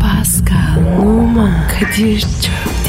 Pascal, Oman, Kadir çok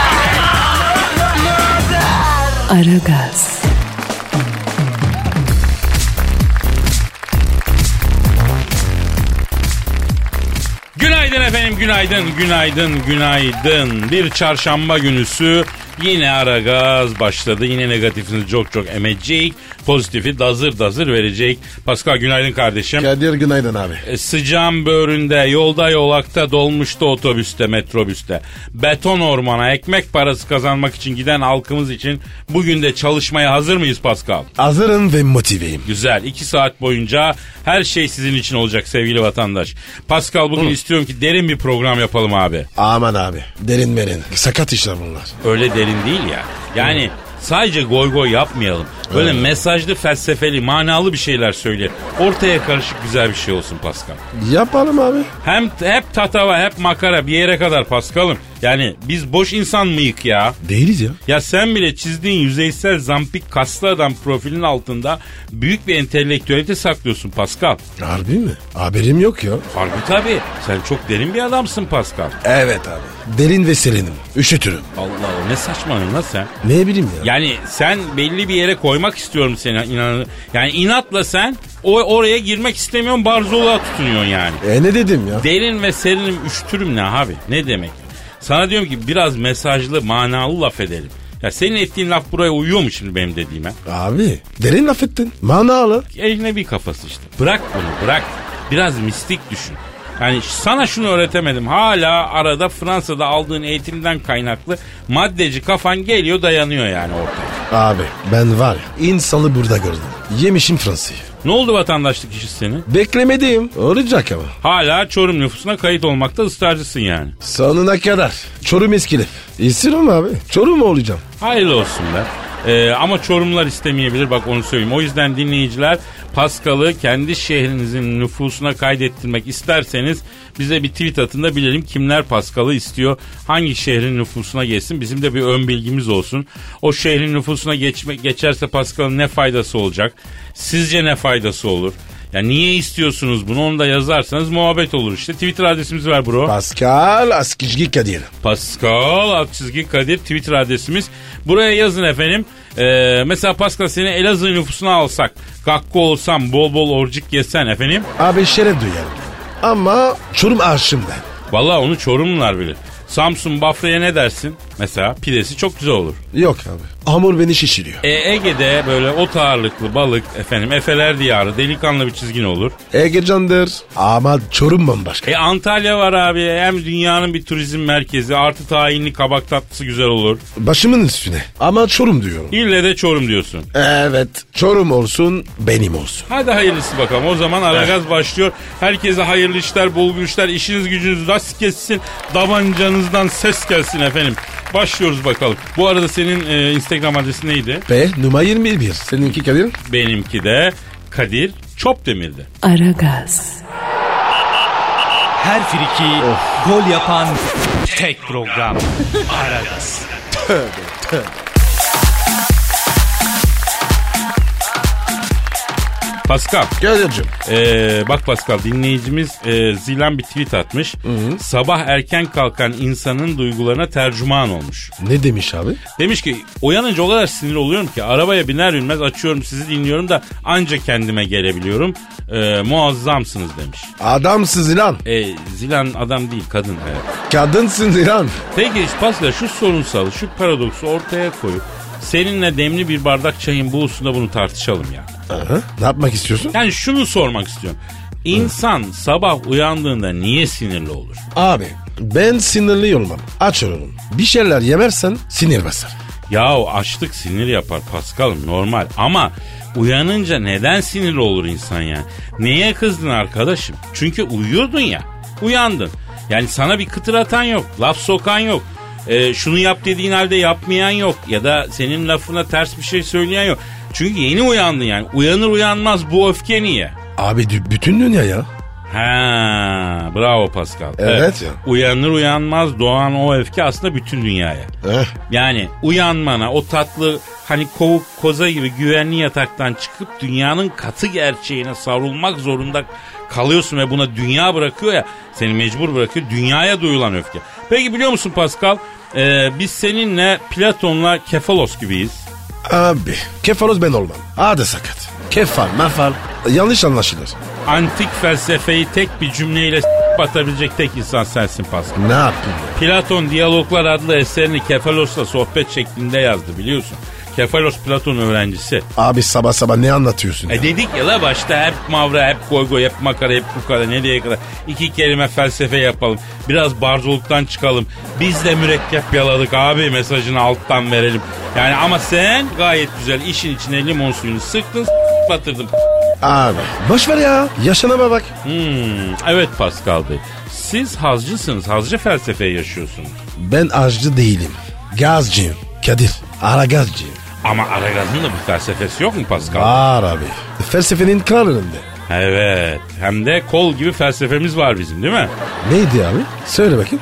Aragaz, Günaydın efendim, günaydın, günaydın, günaydın. Bir çarşamba günüsü yine ara gaz başladı. Yine negatifinizi çok çok emecek. Pozitifi dazır dazır verecek. Pascal günaydın kardeşim. Kadir günaydın abi. E, Sıcağın böğründe, yolda yolakta, dolmuşta, otobüste, metrobüste. Beton ormana ekmek parası kazanmak için giden halkımız için bugün de çalışmaya hazır mıyız Pascal? Hazırım ve motiveyim. Güzel. iki saat boyunca her şey sizin için olacak sevgili vatandaş. Pascal bugün istiyorum ki derin bir program yapalım abi. Aman abi. Derin merin. Sakat işler bunlar. Öyle derin değil ya. Yani sadece goy goy yapmayalım. Böyle mesajlı, felsefeli, manalı bir şeyler söyle. Ortaya karışık güzel bir şey olsun Pascal. Yapalım abi. Hem hep tatava, hep makara bir yere kadar Pascal'ım. Yani biz boş insan mıyık ya? Değiliz ya. Ya sen bile çizdiğin yüzeysel zampik kaslı adam profilin altında büyük bir entelektüelite saklıyorsun Pascal. Harbi mi? Haberim yok ya. Harbi tabii. Sen çok derin bir adamsın Pascal. Evet abi. Derin ve serinim. Üşütürüm. Allah Allah ne saçmalıyorsun lan sen? Ne bileyim ya. Yani sen belli bir yere koymak istiyorum seni inan. Yani inatla sen o oraya girmek istemiyorsun barzoluğa tutunuyorsun yani. E ne dedim ya? Derin ve serinim üşütürüm ne abi? Ne demek? Sana diyorum ki biraz mesajlı manalı laf edelim. Ya senin ettiğin laf buraya uyuyor mu şimdi benim dediğime? Abi. Derin laf ettin. Manalı. Eline bir kafası işte. Bırak bunu bırak. Biraz mistik düşün. Yani sana şunu öğretemedim. Hala arada Fransa'da aldığın eğitimden kaynaklı maddeci kafan geliyor dayanıyor yani ortaya. Abi ben var ya. İnsanı burada gördüm. Yemişim Fransa'yı. Ne oldu vatandaşlık işi senin? Beklemediğim. Olacak ama. Hala Çorum nüfusuna kayıt olmakta ısrarcısın yani. Sonuna kadar. Çorum eskilip. İstiyorum abi. Çorum mu olacağım? Hayırlı olsun be. Ee, ama Çorumlar istemeyebilir bak onu söyleyeyim. O yüzden dinleyiciler Paskal'ı kendi şehrinizin nüfusuna kaydettirmek isterseniz bize bir tweet atın da bilelim kimler Paskal'ı istiyor. Hangi şehrin nüfusuna geçsin bizim de bir ön bilgimiz olsun. O şehrin nüfusuna geçme, geçerse Paskal'ın ne faydası olacak? Sizce ne faydası olur? Ya niye istiyorsunuz bunu onu da yazarsanız muhabbet olur işte. Twitter adresimizi ver bro. Pascal Askizgi Kadir. Pascal Akçizgi Kadir Twitter adresimiz. Buraya yazın efendim. Ee, mesela Pascal seni Elazığ nüfusuna alsak. Kakko olsam bol bol orcik yesen efendim. Abi şeref duyarım. Ama Çorum aşığım ben. Valla onu Çorumlular bilir. Samsun Bafra'ya ne dersin? Mesela pidesi çok güzel olur. Yok abi. Hamur beni şişiriyor. E, Ege'de böyle ot ağırlıklı balık efendim Efeler diyarı delikanlı bir çizgin olur. Ege candır. Ama Çorum bambaşka. E Antalya var abi hem dünyanın bir turizm merkezi artı tayinli kabak tatlısı güzel olur. Başımın üstüne. Ama Çorum diyorum. İlle de Çorum diyorsun. Evet. Çorum olsun benim olsun. Hadi hayırlısı bakalım. O zaman Aragaz başlıyor. Herkese hayırlı işler, bol güçler, işiniz gücünüz rast kessin. Davancanızdan ses gelsin efendim. Başlıyoruz bakalım. Bu arada senin e, Instagram adresin neydi? Ve numara 21. Seninki Kadir? Benimki de Kadir Çopdemir'di. Aragaz, Her friki gol yapan tek program. Aragaz. Pascal. Kadir'cim. Ee, bak Pascal dinleyicimiz e, zilan bir tweet atmış. Sabah erken kalkan insanın duygularına tercüman olmuş. Ne demiş abi? Demiş ki uyanınca o kadar sinirli oluyorum ki arabaya biner binmez açıyorum sizi dinliyorum da anca kendime gelebiliyorum. Ee, muazzamsınız demiş. Adamsın lan. E, Zilan adam değil kadın. Evet. Kadınsın lan. Peki Pascal şu sorunsalı şu paradoksu ortaya koyup seninle demli bir bardak çayın bulusunda bunu tartışalım ya. Aha. Ne yapmak istiyorsun? Yani şunu sormak istiyorum. İnsan sabah uyandığında niye sinirli olur? Abi ben sinirli olmam. Aç olurum. Bir şeyler yemezsen sinir basar. Yahu açlık sinir yapar Paskal'ım normal ama uyanınca neden sinir olur insan ya? Neye kızdın arkadaşım? Çünkü uyuyordun ya uyandın. Yani sana bir kıtır atan yok laf sokan yok. Ee, şunu yap dediğin halde yapmayan yok. Ya da senin lafına ters bir şey söyleyen yok. Çünkü yeni uyandın yani. Uyanır uyanmaz bu öfke niye? Abi dü- bütün dünya ya. Ha, bravo Pascal. Evet ya. Uyanır uyanmaz doğan o öfke aslında bütün dünyaya. Eh, Yani uyanmana o tatlı hani kovuk koza gibi güvenli yataktan çıkıp dünyanın katı gerçeğine savrulmak zorunda kalıyorsun ve buna dünya bırakıyor ya seni mecbur bırakıyor dünyaya duyulan öfke. Peki biliyor musun Pascal Ee, biz seninle Platon'la Kefalos gibiyiz. abi kefaloz ben olmam. Hadi sakat. Kefal mefal. Yanlış anlaşılır. Antik felsefeyi tek bir cümleyle s- batabilecek tek insan sensin Pascal. Ne yapayım ya? Platon Diyaloglar adlı eserini Kefalos'la sohbet şeklinde yazdı biliyorsun. Kefalos Platon öğrencisi. Abi sabah sabah ne anlatıyorsun ya? E dedik ya la başta hep mavra, hep goygo, hep makara, hep kukara ne diye kadar. iki kelime felsefe yapalım. Biraz barzoluktan çıkalım. Biz de mürekkep yaladık abi mesajını alttan verelim. Yani ama sen gayet güzel işin içine limon suyunu sıktın s- batırdın. Abi boş ver ya. Yaşanama bak. Hmm, evet Pascal Bey. Siz hazcısınız. Hazcı felsefeyi yaşıyorsunuz. Ben acı değilim. Gazcıyım. Kadir. Ara gazcıyım. Ama Aragaz'ın da bir felsefesi yok mu Pascal? Var abi. Felsefenin kralında. Evet. Hem de kol gibi felsefemiz var bizim değil mi? Neydi abi? Söyle bakayım.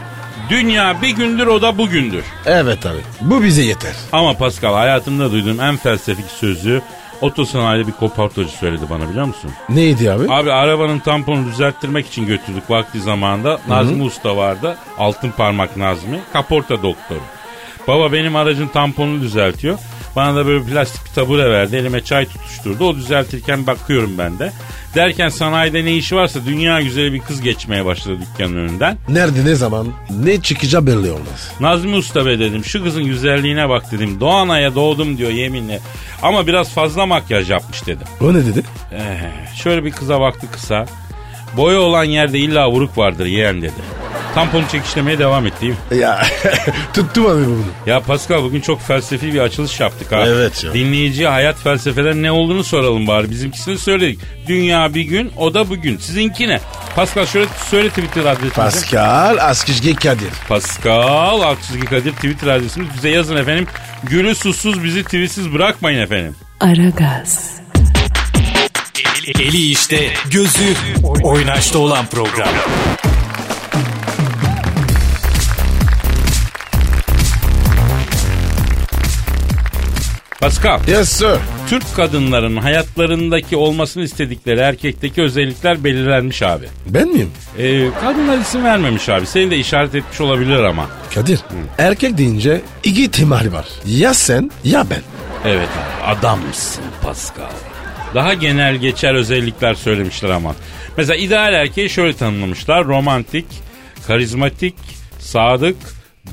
Dünya bir gündür o da bugündür. Evet abi. Bu bize yeter. Ama Pascal hayatımda duyduğum en felsefik sözü otosanayide bir kopartıcı söyledi bana biliyor musun? Neydi abi? Abi arabanın tamponu düzelttirmek için götürdük vakti zamanında. Nazmi Usta vardı. Altın parmak Nazmi. Kaporta doktoru. Baba benim aracın tamponunu düzeltiyor. Bana da böyle plastik bir tabure verdi. Elime çay tutuşturdu. O düzeltirken bakıyorum ben de. Derken sanayide ne işi varsa dünya güzeli bir kız geçmeye başladı dükkanın önünden. Nerede ne zaman ne çıkacağı belli olmaz. Nazmi Usta be dedim şu kızın güzelliğine bak dedim. Doğanaya doğdum diyor yeminle. Ama biraz fazla makyaj yapmış dedim. O ne dedi? Eh, şöyle bir kıza baktı kısa. Boya olan yerde illa vuruk vardır yeğen dedi. Tamponu çekişlemeye devam ettiğim. Ya tuttum abi bunu. Ya Pascal bugün çok felsefi bir açılış yaptık ha. Evet ya. Dinleyiciye hayat felsefelerin ne olduğunu soralım bari. Bizimkisini söyledik. Dünya bir gün, o da bugün. Sizinki ne? Pascal şöyle söyle Twitter adresimizi. Pascal Askizgi Kadir. Pascal Aksızgi Kadir Twitter adresimiz. Bize yazın efendim. Gülü susuz bizi tweetsiz bırakmayın efendim. Aragaz, Eli, eli işte, gözü oynaşta olan program. Pascal, Yes sir. Türk kadınların hayatlarındaki olmasını istedikleri erkekteki özellikler belirlenmiş abi. Ben miyim? Ee, kadınlar isim vermemiş abi. Seni de işaret etmiş olabilir ama. Kadir. Erkek deyince iki ihtimal var. Ya sen ya ben. Evet abi, adamsın Pascal. Daha genel geçer özellikler söylemişler ama. Mesela ideal erkeği şöyle tanımlamışlar. Romantik, karizmatik, sadık,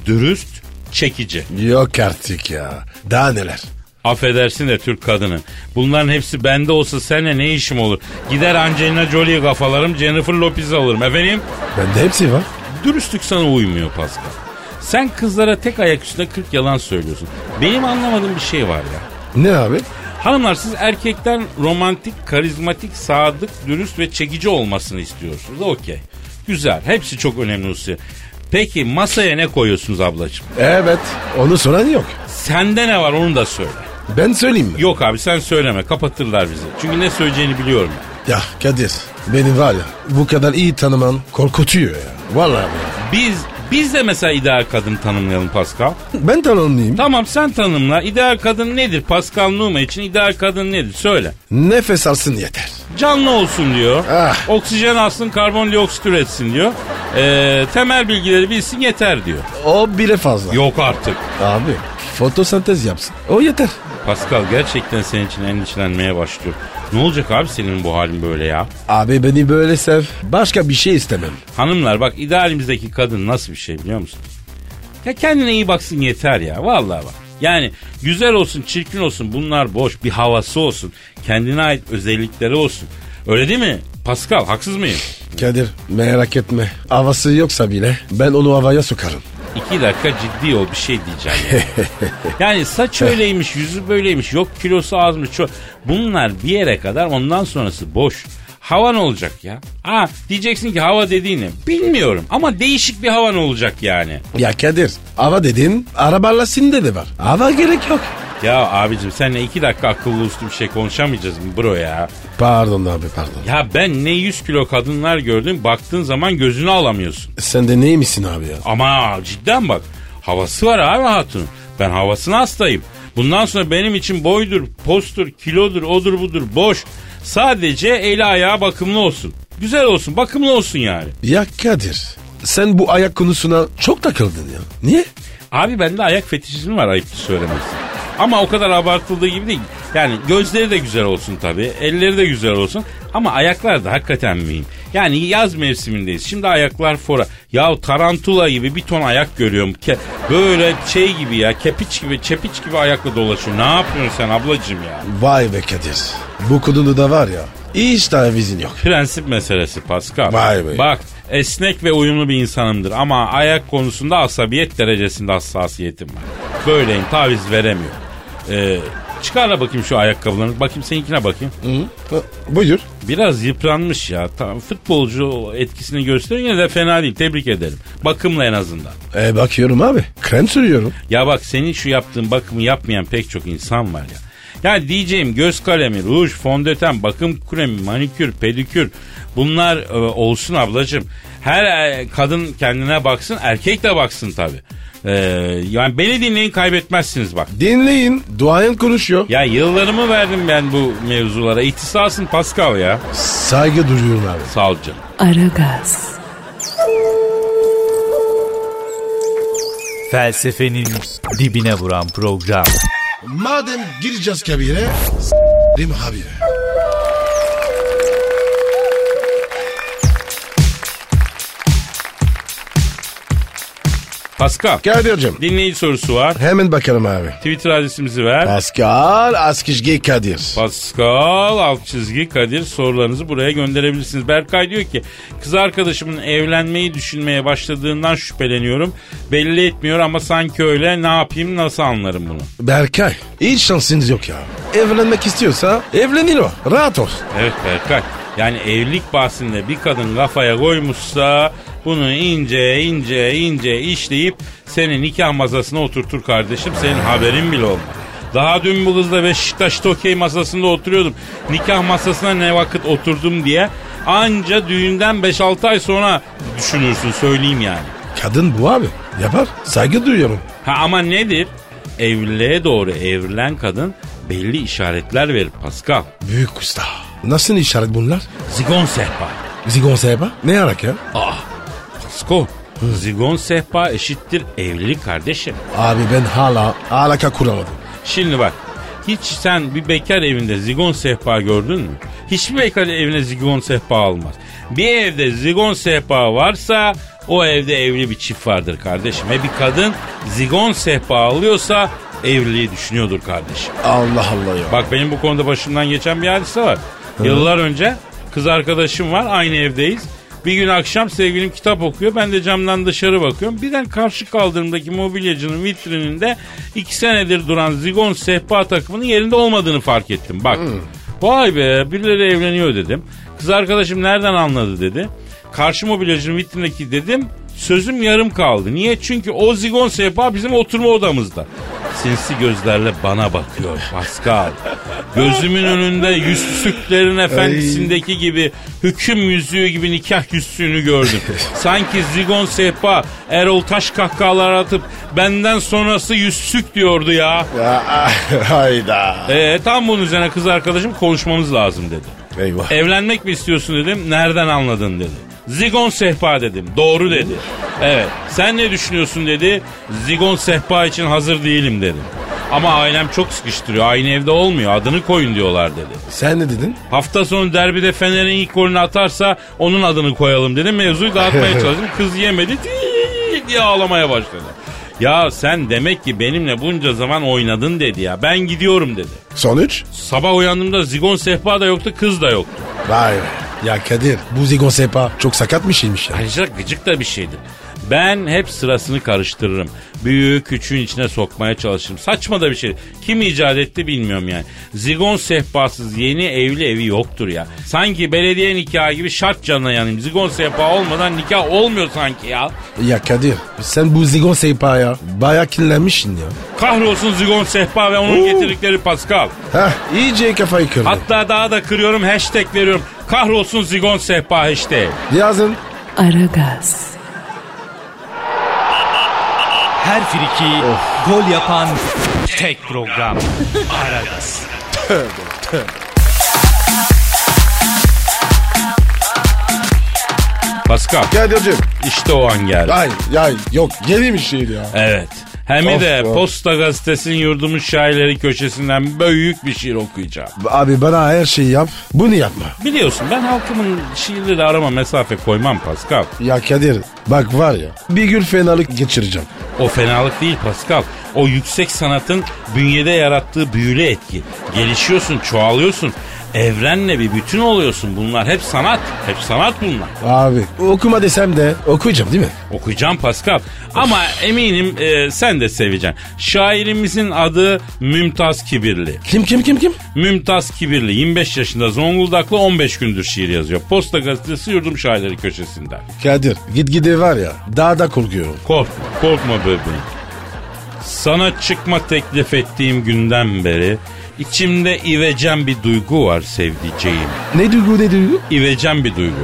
dürüst, çekici. Yok artık ya. Daha neler? Affedersin de Türk kadını. Bunların hepsi bende olsa seninle ne işim olur? Gider Angelina Jolie'yi kafalarım, Jennifer Lopez alırım. Efendim? Bende hepsi var. Dürüstlük sana uymuyor Pascal. Sen kızlara tek ayak üstünde 40 yalan söylüyorsun. Benim anlamadığım bir şey var ya. Ne abi? Hanımlar siz erkekten romantik, karizmatik, sadık, dürüst ve çekici olmasını istiyorsunuz. Okey. Güzel. Hepsi çok önemli hususiyet. Peki masaya ne koyuyorsunuz ablacığım? Evet. Onu soran yok. Sende ne var onu da söyle. Ben söyleyeyim mi? Yok abi sen söyleme kapatırlar bizi. Çünkü ne söyleyeceğini biliyorum. Ya Kadir. Beni var ya bu kadar iyi tanıman korkutuyor ya. Vallahi ya. Biz biz de mesela ideal kadın tanımlayalım Pascal. E Ben tanımlayayım. Tamam sen tanımla. İdeal kadın nedir? Pascal Numa için ideal kadın nedir? Söyle. Nefes alsın yeter. Canlı olsun diyor. Ah. Oksijen alsın, karbondioksit üretsin diyor. Ee, temel bilgileri bilsin yeter diyor. O bile fazla. Yok artık. Abi fotosentez yapsın. O yeter. Pascal gerçekten senin için endişelenmeye başlıyor. Ne olacak abi senin bu halin böyle ya? Abi beni böyle sev. Başka bir şey istemem. Hanımlar bak idealimizdeki kadın nasıl bir şey biliyor musun? Ya kendine iyi baksın yeter ya. Vallahi bak. Yani güzel olsun, çirkin olsun bunlar boş. Bir havası olsun. Kendine ait özellikleri olsun. Öyle değil mi? Pascal haksız mıyım? Kadir merak etme. Havası yoksa bile ben onu havaya sokarım. İki dakika ciddi ol bir şey diyeceğim. Yani, yani saç öyleymiş, yüzü böyleymiş, yok kilosu azmış. Ço- Bunlar bir yere kadar ondan sonrası boş. Havan olacak ya. Ha diyeceksin ki hava dediğini bilmiyorum ama değişik bir havan olacak yani. Ya Kadir hava dedin arabayla sinde de var. Hava gerek yok. Ya abicim seninle iki dakika akıllı uslu bir şey konuşamayacağız mı bro ya? Pardon abi pardon. Ya ben ne 100 kilo kadınlar gördüm baktığın zaman gözünü alamıyorsun. Sen de neymişsin abi ya? Ama cidden bak havası var abi hatunun. Ben havasına hastayım. Bundan sonra benim için boydur, postur, kilodur, odur budur boş. Sadece eli ayağı bakımlı olsun. Güzel olsun, bakımlı olsun yani. Ya Kadir sen bu ayak konusuna çok takıldın ya. Niye? Abi bende ayak fetişizmi var ayıptır söylemesi. Ama o kadar abartıldığı gibi değil. Yani gözleri de güzel olsun tabii. Elleri de güzel olsun. Ama ayaklar da hakikaten mühim. Yani yaz mevsimindeyiz. Şimdi ayaklar fora. Ya tarantula gibi bir ton ayak görüyorum. Ke- böyle şey gibi ya. Kepiç gibi, çepiç gibi ayakla dolaşıyor. Ne yapıyorsun sen ablacığım ya? Vay be Kadir. Bu konuda da var ya hiç tavizin yok. Prensip meselesi Pascal. Vay be. Bak esnek ve uyumlu bir insanımdır ama ayak konusunda asabiyet derecesinde hassasiyetim var. Böyleyim taviz veremiyorum. Ee, çıkarla bakayım şu ayakkabılarını. Bakayım seninkine bakayım. Ha, Buyur. Biraz yıpranmış ya. Tam futbolcu etkisini gösteriyor yine de fena değil. Tebrik ederim. Bakımla en azından. E, bakıyorum abi. Krem sürüyorum. Ya bak senin şu yaptığın bakımı yapmayan pek çok insan var ya. Yani diyeceğim göz kalemi, ruj, fondöten, bakım kremi, manikür, pedikür bunlar e, olsun ablacığım. Her e, kadın kendine baksın, erkek de baksın tabii. E, yani beni dinleyin kaybetmezsiniz bak. Dinleyin. Duayen konuşuyor. Ya yıllarımı verdim ben bu mevzulara. İhtisasın Pascal ya. Saygı duyuyorum abi. Sağ ol canım. Aragaz, Felsefenin dibine vuran program. Madem gireceğiz kabire s**rim abi. Pascal. Kadir'cim Dinleyici sorusu var. hemen bakalım abi. Twitter adresimizi ver. Pascal Askizgi Kadir. Pascal alt çizgi Kadir sorularınızı buraya gönderebilirsiniz. Berkay diyor ki kız arkadaşımın evlenmeyi düşünmeye başladığından şüpheleniyorum. Belli etmiyor ama sanki öyle ne yapayım nasıl anlarım bunu. Berkay hiç şansınız yok ya. Evlenmek istiyorsa evlenir o. Rahat ol. Evet Berkay yani evlilik bahsinde bir kadın kafaya koymuşsa bunu ince ince ince işleyip seni nikah masasına oturtur kardeşim senin haberin bile olmaz. Daha dün bu kızla Beşiktaş'ta okey masasında oturuyordum. Nikah masasına ne vakit oturdum diye anca düğünden 5-6 ay sonra düşünürsün söyleyeyim yani. Kadın bu abi. Yapar. Saygı duyuyorum. Ha ama nedir? Evliliğe doğru evrilen kadın belli işaretler verir Pascal. Büyük usta. Nasıl işaret bunlar? Zigon sehpa. Zigon sehpa. Ne yarak ya? Aa, Pasko. Zigon sehpa eşittir evlilik kardeşim. Abi ben hala alaka kuramadım. Şimdi bak, hiç sen bir bekar evinde zigon sehpa gördün mü? Hiçbir bekar evine zigon sehpa almaz. Bir evde zigon sehpa varsa o evde evli bir çift vardır kardeşim. Ve bir kadın zigon sehpa alıyorsa evliliği düşünüyordur kardeşim. Allah Allah ya. Bak benim bu konuda başımdan geçen bir hadise var. Yıllar önce kız arkadaşım var aynı evdeyiz. Bir gün akşam sevgilim kitap okuyor. Ben de camdan dışarı bakıyorum. Birden karşı kaldırımdaki mobilyacının vitrininde iki senedir duran zigon sehpa takımının yerinde olmadığını fark ettim. Bak vay be birileri evleniyor dedim. Kız arkadaşım nereden anladı dedi. Karşı mobilyacının vitrindeki dedim sözüm yarım kaldı. Niye? Çünkü o zigon sehpa bizim oturma odamızda. Sinsi gözlerle bana bakıyor Pascal. Gözümün önünde yüzsüklerin efendisindeki gibi hüküm yüzüğü gibi nikah yüzsüğünü gördüm. Sanki zigon sehpa Erol Taş kahkahalar atıp benden sonrası yüzsük diyordu ya. Ya, hayda. Ee, tam bunun üzerine kız arkadaşım konuşmamız lazım dedi. Eyvah. Evlenmek mi istiyorsun dedim. Nereden anladın dedi. Zigon sehpa dedim. Doğru dedi. Evet. Sen ne düşünüyorsun dedi. Zigon sehpa için hazır değilim dedim. Ama ailem çok sıkıştırıyor. Aynı evde olmuyor. Adını koyun diyorlar dedi. Sen ne dedin? Hafta sonu derbide Fener'in ilk golünü atarsa onun adını koyalım dedim. Mevzuyu dağıtmaya çalıştım. Kız yemedi "Tii" diye ağlamaya başladı. Ya sen demek ki benimle bunca zaman oynadın dedi ya. Ben gidiyorum dedi. Sonuç? Sabah uyandığımda zigon sehpa da yoktu kız da yoktu. Vay be. Ya Kadir bu zigon sehpa çok sakat bir şeymiş ya. Ayrıca gıcık da bir şeydir. Ben hep sırasını karıştırırım. Büyüğü küçüğün içine sokmaya çalışırım. Saçma da bir şey. Kim icat etti bilmiyorum yani. Zigon sehpasız yeni evli evi yoktur ya. Sanki belediye nikahı gibi şart canına yanayım. Zigon sehpa olmadan nikah olmuyor sanki ya. Ya Kadir sen bu zigon sehpa ya. Baya kirlenmişsin ya. Kahrolsun zigon sehpa ve onun getirdikleri Pascal. Heh iyice kafayı kırdın. Hatta daha da kırıyorum hashtag veriyorum. Kahrolsun zigon sehpa hashtag. Yazın. Aragaz, Her friki gol yapan tek program. Aragaz. Pascal Kadir'cim. işte o an geldi. Ay ya yok yeni bir şey ya. Evet. Hem Of de ya. Posta Gazetesi'nin yurdumun şairleri köşesinden büyük bir şiir okuyacağım. Abi bana her şeyi yap. Bunu yapma. Biliyorsun ben halkımın şiirleri arama mesafe koymam Pascal. Ya Kadir bak var ya bir gün fenalık geçireceğim. O fenalık değil Pascal. O yüksek sanatın bünyede yarattığı büyülü etki. Gelişiyorsun, çoğalıyorsun. Evrenle bir bütün oluyorsun. Bunlar hep sanat. Hep sanat bunlar. Abi okuma desem de okuyacağım değil mi? Okuyacağım Pascal. Ama eminim e, sen de seveceksin. Şairimizin adı Mümtaz Kibirli. Kim kim kim kim? Mümtaz Kibirli 25 yaşında Zonguldaklı 15 gündür şiir yazıyor. Posta gazetesi yurdum şairleri köşesinden. Kadir git gide var ya daha da korkuyorum. Korkma, korkma bebeğim. Sana çıkma teklif ettiğim günden beri içimde ivecen bir duygu var sevdiceğim. Ne duygu ne duygu? İvecen bir duygu.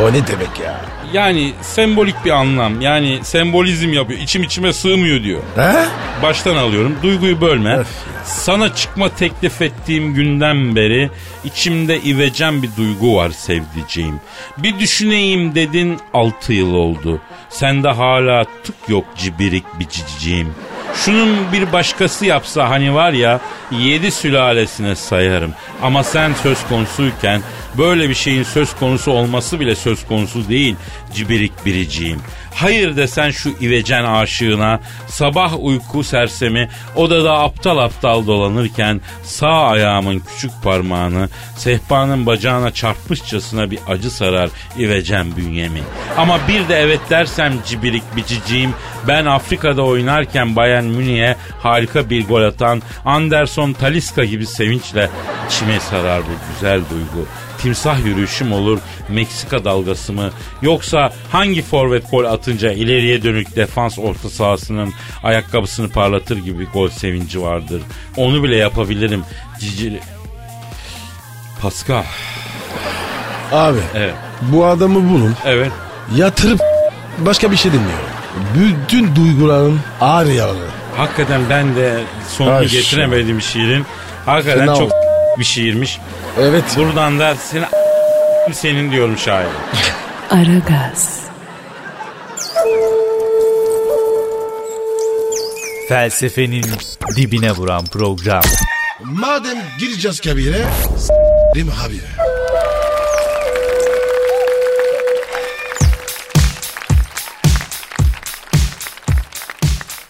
O ne demek ya? Yani sembolik bir anlam. Yani sembolizm yapıyor. İçim içime sığmıyor diyor. Ha? Baştan alıyorum. Duyguyu bölme. Öf. Sana çıkma teklif ettiğim günden beri içimde ivecen bir duygu var sevdiceğim. Bir düşüneyim dedin 6 yıl oldu. Sende hala tık yok cibirik bir ciciciğim. Şunun bir başkası yapsa hani var ya yedi sülalesine sayarım. Ama sen söz konusuyken böyle bir şeyin söz konusu olması bile söz konusu değil cibirik biriciğim. Hayır desen şu ivecen aşığına sabah uyku sersemi odada aptal aptal dolanırken sağ ayağımın küçük parmağını sehpanın bacağına çarpmışçasına bir acı sarar ivecen bünyemi. Ama bir de evet dersem cibirik biciciğim ben Afrika'da oynarken Bayern Münih'e harika bir gol atan Anderson Taliska gibi sevinçle içime sarar bu güzel duygu timsah yürüyüşüm olur, Meksika dalgası mı? Yoksa hangi forvet gol atınca ileriye dönük defans orta sahasının ayakkabısını parlatır gibi gol sevinci vardır. Onu bile yapabilirim. Cici... Pascal. Abi Evet. bu adamı bulun Evet. yatırıp başka bir şey dinliyorum. Bütün duyguların ağır yaraları. Hakikaten ben de sonunu Ay, getiremedim şiirin. Hakikaten Fena çok oldu. bir şiirmiş. Evet. Buradan da seni senin diyorum şair. Aragaz, Felsefenin dibine vuran program. Madem gireceğiz kabire s**rim abi.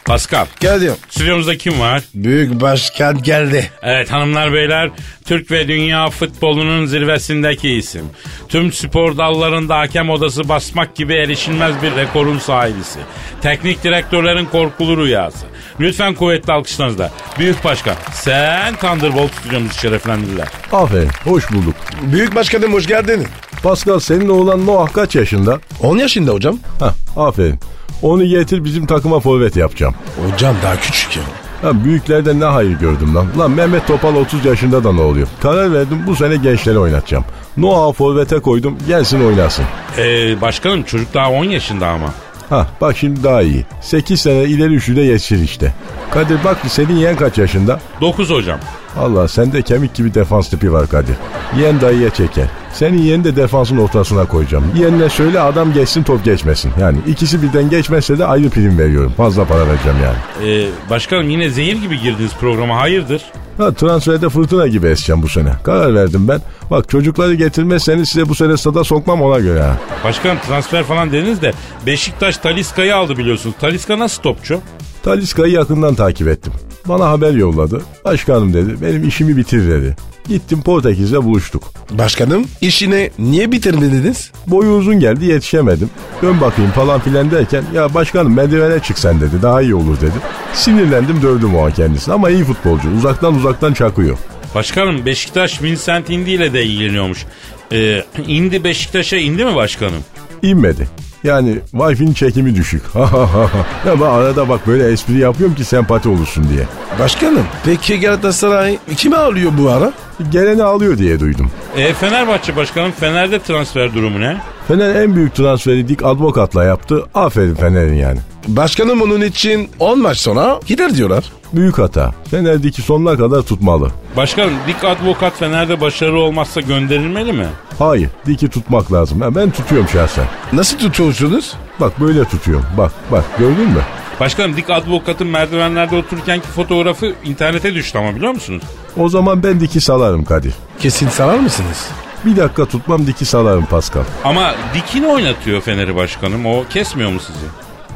Pascal. Kadir Stüdyomuzda kim var? büyük başkan geldi. Evet hanımlar beyler Türk ve dünya futbolunun zirvesindeki isim. Tüm spor dallarında hakem odası basmak gibi erişilmez bir rekorun sahibisi. Teknik direktörlerin korkulu rüyası. Lütfen kuvvetli alkışlarınızla. Büyük Başkan sen Thunderbolt stüdyomuzu şereflendirdiler. Aferin, hoş bulduk. Büyük başkanım hoş geldin. Pascal senin oğlan Noah kaç yaşında? 10 yaşında hocam. Hah, aferin. Onu getir bizim takıma forvet yapacağım. Hocam daha küçük ya. Ha, büyüklerden ne hayır gördüm lan. Lan Mehmet Topal 30 yaşında da ne oluyor? Karar verdim bu sene gençleri oynatacağım. Noah'ı forvete koydum gelsin oynasın. Ee, başkanım çocuk daha 10 yaşında ama. Ha bak şimdi daha iyi. 8 sene ileri üçlüde yetişir işte. Kadir bak ki senin yeğen kaç yaşında? 9 hocam. Allah sende kemik gibi defans tipi var Kadir. Yeğen dayıya çeker. Senin yeğeni de defansın ortasına koyacağım. Yeğenine söyle adam geçsin top geçmesin. Yani ikisi birden geçmezse de ayrı prim veriyorum. Fazla para vereceğim yani. Ee, başkanım yine zehir gibi girdiniz programa hayırdır? Ha transferde fırtına gibi eseceğim bu sene. Karar verdim ben. Bak çocukları getirmezseniz size bu sene stada sokmam ona göre ha. Başkanım transfer falan dediniz de Beşiktaş Taliska'yı aldı biliyorsunuz. Taliska nasıl topçu? Taliska'yı yakından takip ettim. Bana haber yolladı. Başkanım dedi benim işimi bitir dedi. Gittim Portekiz'le buluştuk. Başkanım işine niye bitirmediniz? Boyu uzun geldi yetişemedim. Dön bakayım falan filan derken ya başkanım merdivene çık sen dedi daha iyi olur dedi. Sinirlendim dövdüm o an kendisini ama iyi futbolcu uzaktan uzaktan çakıyor. Başkanım Beşiktaş Vincent Indi ile de ilgileniyormuş. Ee, indi Beşiktaş'a indi mi başkanım? İnmedi. Yani Wi-Fi'nin çekimi düşük. ya ben arada bak böyle espri yapıyorum ki sempati olursun diye. Başkanım peki Galatasaray kime alıyor bu ara? Geleni alıyor diye duydum. E, Fenerbahçe başkanım Fener'de transfer durumu ne? Fener en büyük transferi Dik Advokat'la yaptı. Aferin Fener'in yani. Başkanım onun için 10 maç sonra gider diyorlar. Büyük hata. Fener Dik'i sonuna kadar tutmalı. Başkanım Dik Advokat Fener'de başarılı olmazsa gönderilmeli mi? Hayır Dik'i tutmak lazım. Ha, ben tutuyorum şahsen. Nasıl tutuyorsunuz? Bak böyle tutuyorum. Bak bak gördün mü? Başkanım Dik Advokat'ın merdivenlerde otururkenki fotoğrafı internete düştü ama biliyor musunuz? O zaman ben Dik'i salarım Kadir. Kesin sarar mısınız? Bir dakika tutmam Dik'i salarım Pascal. Ama Dik'ini oynatıyor Fener'i başkanım. O kesmiyor mu sizi?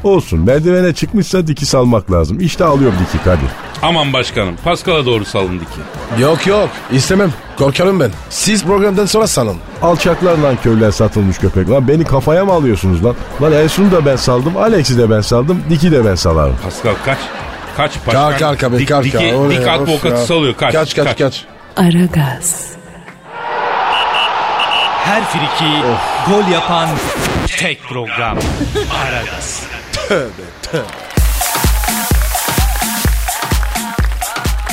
Olsun merdivene çıkmışsa Dik'i salmak lazım. İşte alıyorum Dik'i Kadir. Aman başkanım Paskal'a doğru salın Dik'i. Yok yok istemem. Korkarım ben. Siz programdan sonra salın. Alçaklar lan körler satılmış köpek. Lan beni kafaya mı alıyorsunuz lan? Lan Ersun'u da ben saldım, Alex'i de ben saldım, Dik'i de ben salarım. Paskal kaç. Kaç başkan. Kalk kalk abi Dik, kalk. Dik'i- kalk. Oraya, Dik of Advokat'ı ya. salıyor. Kaç. Kaç kaç kaç. Aragaz, Her friki gol yapan tek program. Aragaz.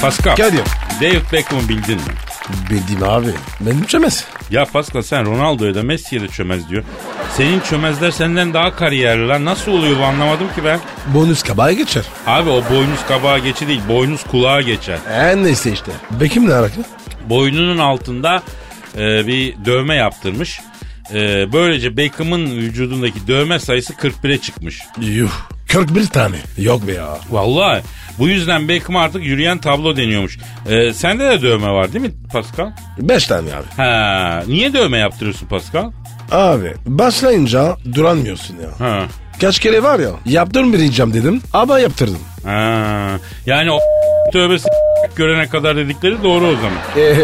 Paskal. Kadir. David Beckham'ı bildin mi? Bildiğim abi. Benim çömez. Ya Pascal sen Ronaldo'ya da Messi'ye de çömez diyor. Senin çömezler senden daha kariyerli lan. Nasıl oluyor bu anlamadım ki ben. Bonus kabaya geçer. Abi o boynuz kabağa geçi değil boynuz kulağa geçer. En neyse işte. Bekim ne alakalı? Boynunun altında e, bir dövme yaptırmış. E, böylece Beckham'ın vücudundaki dövme sayısı 41'e çıkmış. Yuh. 41 tane. Yok be ya. Vallahi bu yüzden Beckham artık yürüyen tablo deniyormuş. E, sende de dövme var değil mi Pascal? 5 tane abi. Ha, niye dövme yaptırıyorsun Pascal? Abi başlayınca duranmıyorsun ya. Ha. Kaç kere var ya yaptırmayacağım dedim ama yaptırdım. Ha. Yani o tövbesi görene kadar dedikleri doğru o zaman. Ee,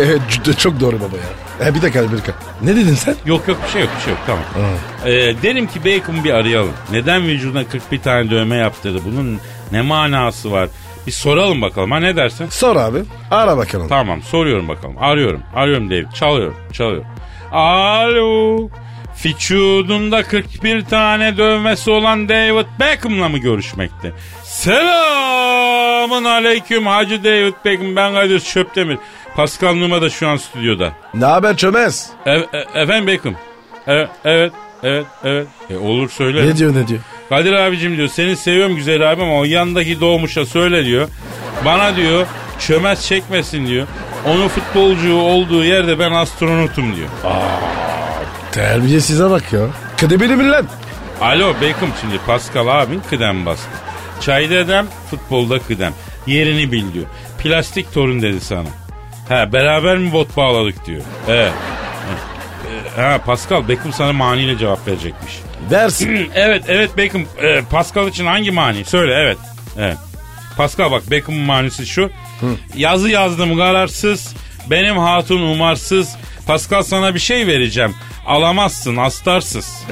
c- çok doğru baba ya. Ee, bir dakika bir dakika. Ne dedin sen? Yok yok bir şey yok bir şey yok tamam. Ee, derim ki Bacon'u bir arayalım. Neden vücuduna 41 tane dövme yaptırdı? Bunun ne manası var? Bir soralım bakalım ha ne dersin? Sor abi ara bakalım. Tamam soruyorum bakalım. Arıyorum. Arıyorum David. Çalıyorum. Çalıyorum. Alo. Vücudunda 41 tane dövmesi olan David Beckham'la mı görüşmekte? Selamın aleyküm Hacı David Beckham. Ben Kadir Çöptemir. Pascal Numa da şu an stüdyoda. Ne haber çömez? E- e- efendim Beckham. E- evet, evet, evet. E, olur söyle. Ne diyor ne diyor? Kadir abicim diyor seni seviyorum güzel abim ama o yandaki doğmuşa söyle diyor. Bana diyor çömez çekmesin diyor. Onun futbolcu olduğu yerde ben astronotum diyor. Terbiyesize bak ya. Kadebeli millet. Alo Beckham şimdi Pascal abin kıdem bastı. Çayda edem, futbolda kıdem. Yerini bil diyor. Plastik torun dedi sana. Ha beraber mi bot bağladık diyor. Evet. E, Ha Pascal Beckham sana maniyle cevap verecekmiş. Versin. evet evet Beckham e, Pascal için hangi mani? Söyle evet. Evet. Pascal bak Beckham'ın manisi şu. Yazı yazdım kararsız. Benim hatun umarsız. Pascal sana bir şey vereceğim. Alamazsın astarsız.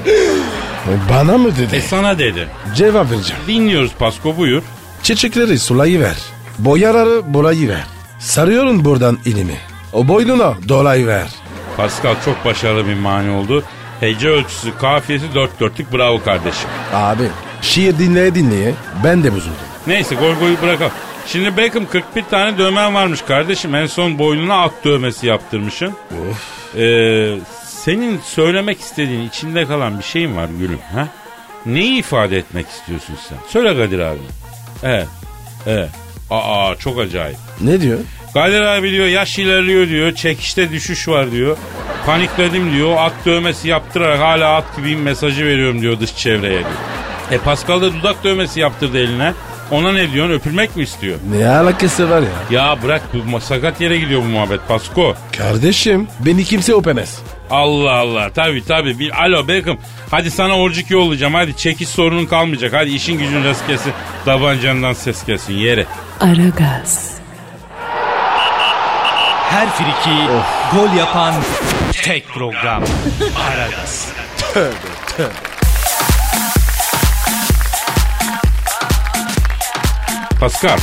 Bana mı E dedi? sana dedi. Cevap vereceğim. Dinliyoruz Pasko buyur. Çiçekleri sulayı ver. Boyararı burayı ver. Sarıyorum buradan ilimi. O boynuna dolayı ver. Pascal çok başarılı bir mani oldu. Hece ölçüsü, kafiyesi dört dörtlük bravo kardeşim. Abi şiir dinleye dinleye ben de bozuldum. Neyse gol golü bırakalım. Şimdi Beckham 41 tane dövmen varmış kardeşim. En son boynuna at dövmesi yaptırmışsın. Ee, senin söylemek istediğin içinde kalan bir şeyin var gülüm. Ha? Neyi ifade etmek istiyorsun sen? Söyle Kadir abi. Evet. Evet. Aa çok acayip. Ne diyor? Kadir abi diyor yaş ilerliyor diyor. Çekişte düşüş var diyor. Panikledim diyor. At dövmesi yaptırarak hala at gibiyim mesajı veriyorum diyor dış çevreye diyor. E Pascal da dudak dövmesi yaptırdı eline. Ona ne diyorsun öpülmek mi istiyor? Ne alakası var ya? Ya bırak bu ma- sakat yere gidiyor bu muhabbet Pasko. Kardeşim beni kimse öpemez. Allah Allah tabi tabi. Bir, alo Beckham hadi sana orcuk yollayacağım hadi çekiş sorunun kalmayacak. Hadi işin gücün rast gelsin tabancandan ses gelsin yere. Aragaz, Her friki gol yapan tek program. Aragaz. Pascal,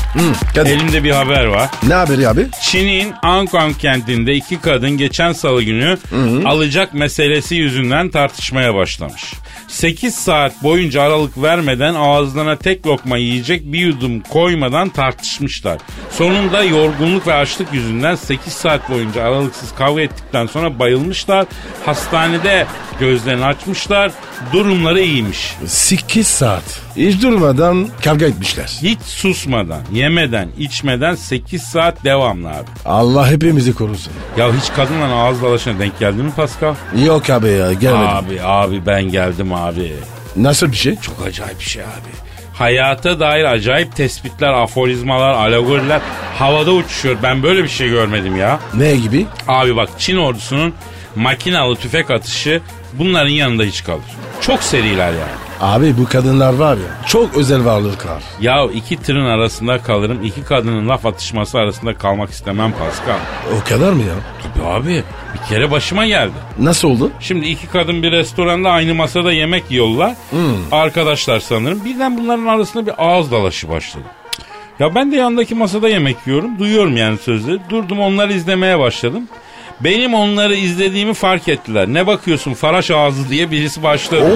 Kadir. elimde bir haber var. Ne haberi abi? Çin'in Ankang kentinde iki kadın geçen salı günü alacak meselesi yüzünden tartışmaya başlamış. 8 saat boyunca aralık vermeden ağızlarına tek lokma yiyecek bir yudum koymadan tartışmışlar. Sonunda yorgunluk ve açlık yüzünden 8 saat boyunca aralıksız kavga ettikten sonra bayılmışlar. Hastanede gözlerini açmışlar. Durumları iyiymiş. 8 saat. Hiç durmadan kavga etmişler. Hiç susmadan, yemeden, içmeden 8 saat devamlı abi. Allah hepimizi korusun. Ya hiç kadınla ağız dalaşına denk geldi mi Pascal? Yok abi ya gelmedim. Abi abi ben geldim abi. Nasıl bir şey? Çok acayip bir şey abi. Hayata dair acayip tespitler, aforizmalar, alegoriler havada uçuşuyor. Ben böyle bir şey görmedim ya. Ne gibi? Abi bak Çin ordusunun makinalı tüfek atışı bunların yanında hiç kalır. Çok seriler yani. Abi bu kadınlar var ya çok özel varlıklar. Ya iki tırın arasında kalırım. iki kadının laf atışması arasında kalmak istemem Pascal. O kadar mı ya? Tabii abi bir kere başıma geldi. Nasıl oldu? Şimdi iki kadın bir restoranda aynı masada yemek yiyorlar. Arkadaşlar sanırım. Birden bunların arasında bir ağız dalaşı başladı. Ya ben de yandaki masada yemek yiyorum. Duyuyorum yani sözleri. Durdum onları izlemeye başladım. Benim onları izlediğimi fark ettiler. Ne bakıyorsun faraş ağzı diye birisi başladı.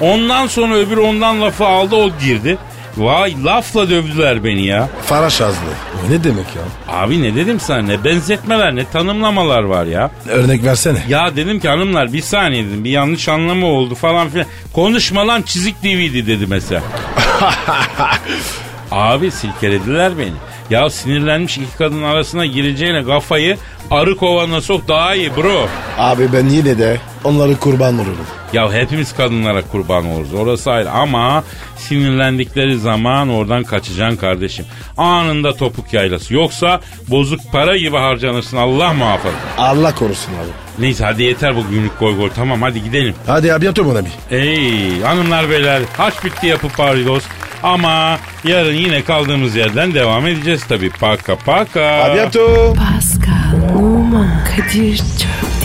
Ondan sonra öbürü ondan lafı aldı o girdi. Vay lafla dövdüler beni ya. Faraş azlı. O ne demek ya? Abi ne dedim sana ne benzetmeler ne tanımlamalar var ya. Örnek versene. Ya dedim ki hanımlar bir saniye dedim bir yanlış anlama oldu falan filan. Konuşma lan çizik DVD dedi mesela. Abi silkelediler beni. Ya sinirlenmiş iki kadın arasına gireceğine kafayı arı kovanına sok daha iyi bro. Abi ben yine de onları kurban olurum. Ya hepimiz kadınlara kurban oluruz orası ayrı ama sinirlendikleri zaman oradan kaçacaksın kardeşim. Anında topuk yaylası yoksa bozuk para gibi harcanırsın Allah muhafaza. Allah korusun abi. Neyse hadi yeter bugünlük goy goy tamam hadi gidelim. Hadi abi yatıyor bana bir. Ey hanımlar beyler haç bitti yapı paridos ama yarın yine kaldığımız yerden devam edeceğiz tabii. Paka paka. Hadi yatıyor. Pascal, Oman, Kadir çok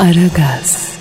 Aragaz.